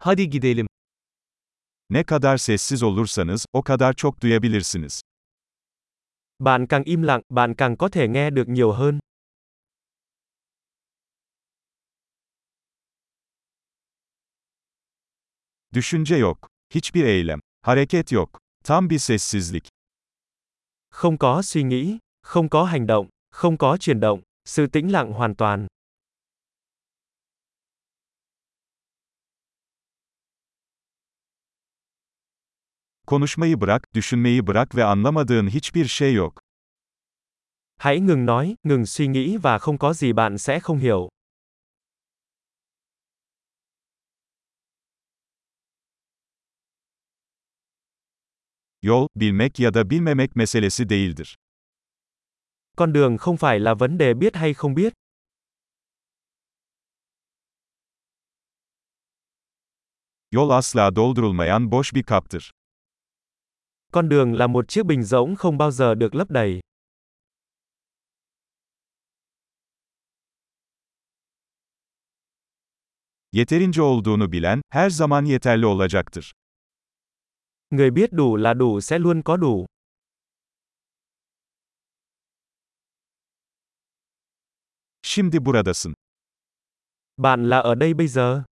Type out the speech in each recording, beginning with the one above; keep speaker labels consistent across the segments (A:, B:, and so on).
A: Hadi gidelim.
B: Ne kadar sessiz olursanız, o kadar çok duyabilirsiniz.
A: Bạn càng im lặng, bạn càng có thể nghe được nhiều hơn.
B: Düşünce yok. Hiçbir eylem. Hareket yok. Tam bir sessizlik.
A: Không có suy nghĩ, không có hành động, không có chuyển động, sự tĩnh lặng hoàn toàn.
B: Konuşmayı bırak, düşünmeyi bırak ve anlamadığın hiçbir şey yok.
A: Hãy ngừng nói, ngừng suy nghĩ và không có gì bạn sẽ không hiểu.
B: Yol, bilmek ya da bilmemek meselesi değildir.
A: Con đường không phải là vấn đề biết hay không biết.
B: Yol asla doldurulmayan boş bir kaptır.
A: Con đường là một chiếc bình rỗng không bao giờ được lấp đầy.
B: Yeterince olduğunu bilen, her zaman yeterli olacaktır.
A: Người biết đủ là đủ sẽ luôn có đủ.
B: Şimdi buradasın.
A: Bạn là ở đây bây giờ.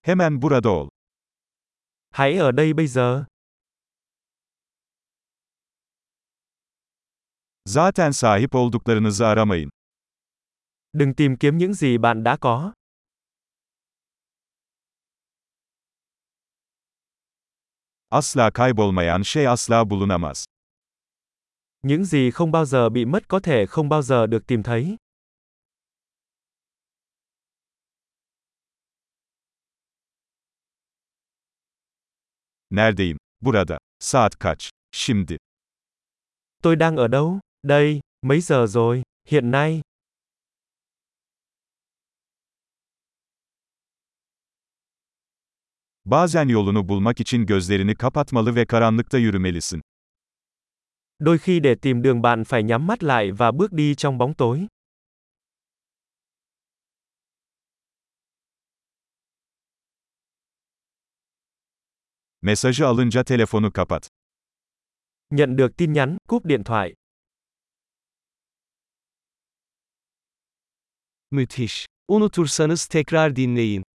B: Hemen burada ol.
A: Hãy ở đây bây giờ.
B: Zaten sahip olduklarınızı aramayın.
A: Đừng tìm kiếm những gì bạn đã có.
B: Asla kaybolmayan şey asla bulunamaz.
A: Những gì không bao giờ bị mất có thể không bao giờ được tìm thấy.
B: Neredeyim? Burada. Saat kaç? Şimdi.
A: Tôi đang ở đâu? Đây, mấy giờ rồi? Hiện nay.
B: Bazen yolunu bulmak için gözlerini kapatmalı ve karanlıkta yürümelisin.
A: Đôi khi để tìm đường bạn phải nhắm mắt lại và bước đi trong bóng tối.
B: Mesajı alınca telefonu kapat.
A: Nhận được tin nhắn, cúp điện thoại.
C: Müthiş. Unutursanız tekrar dinleyin.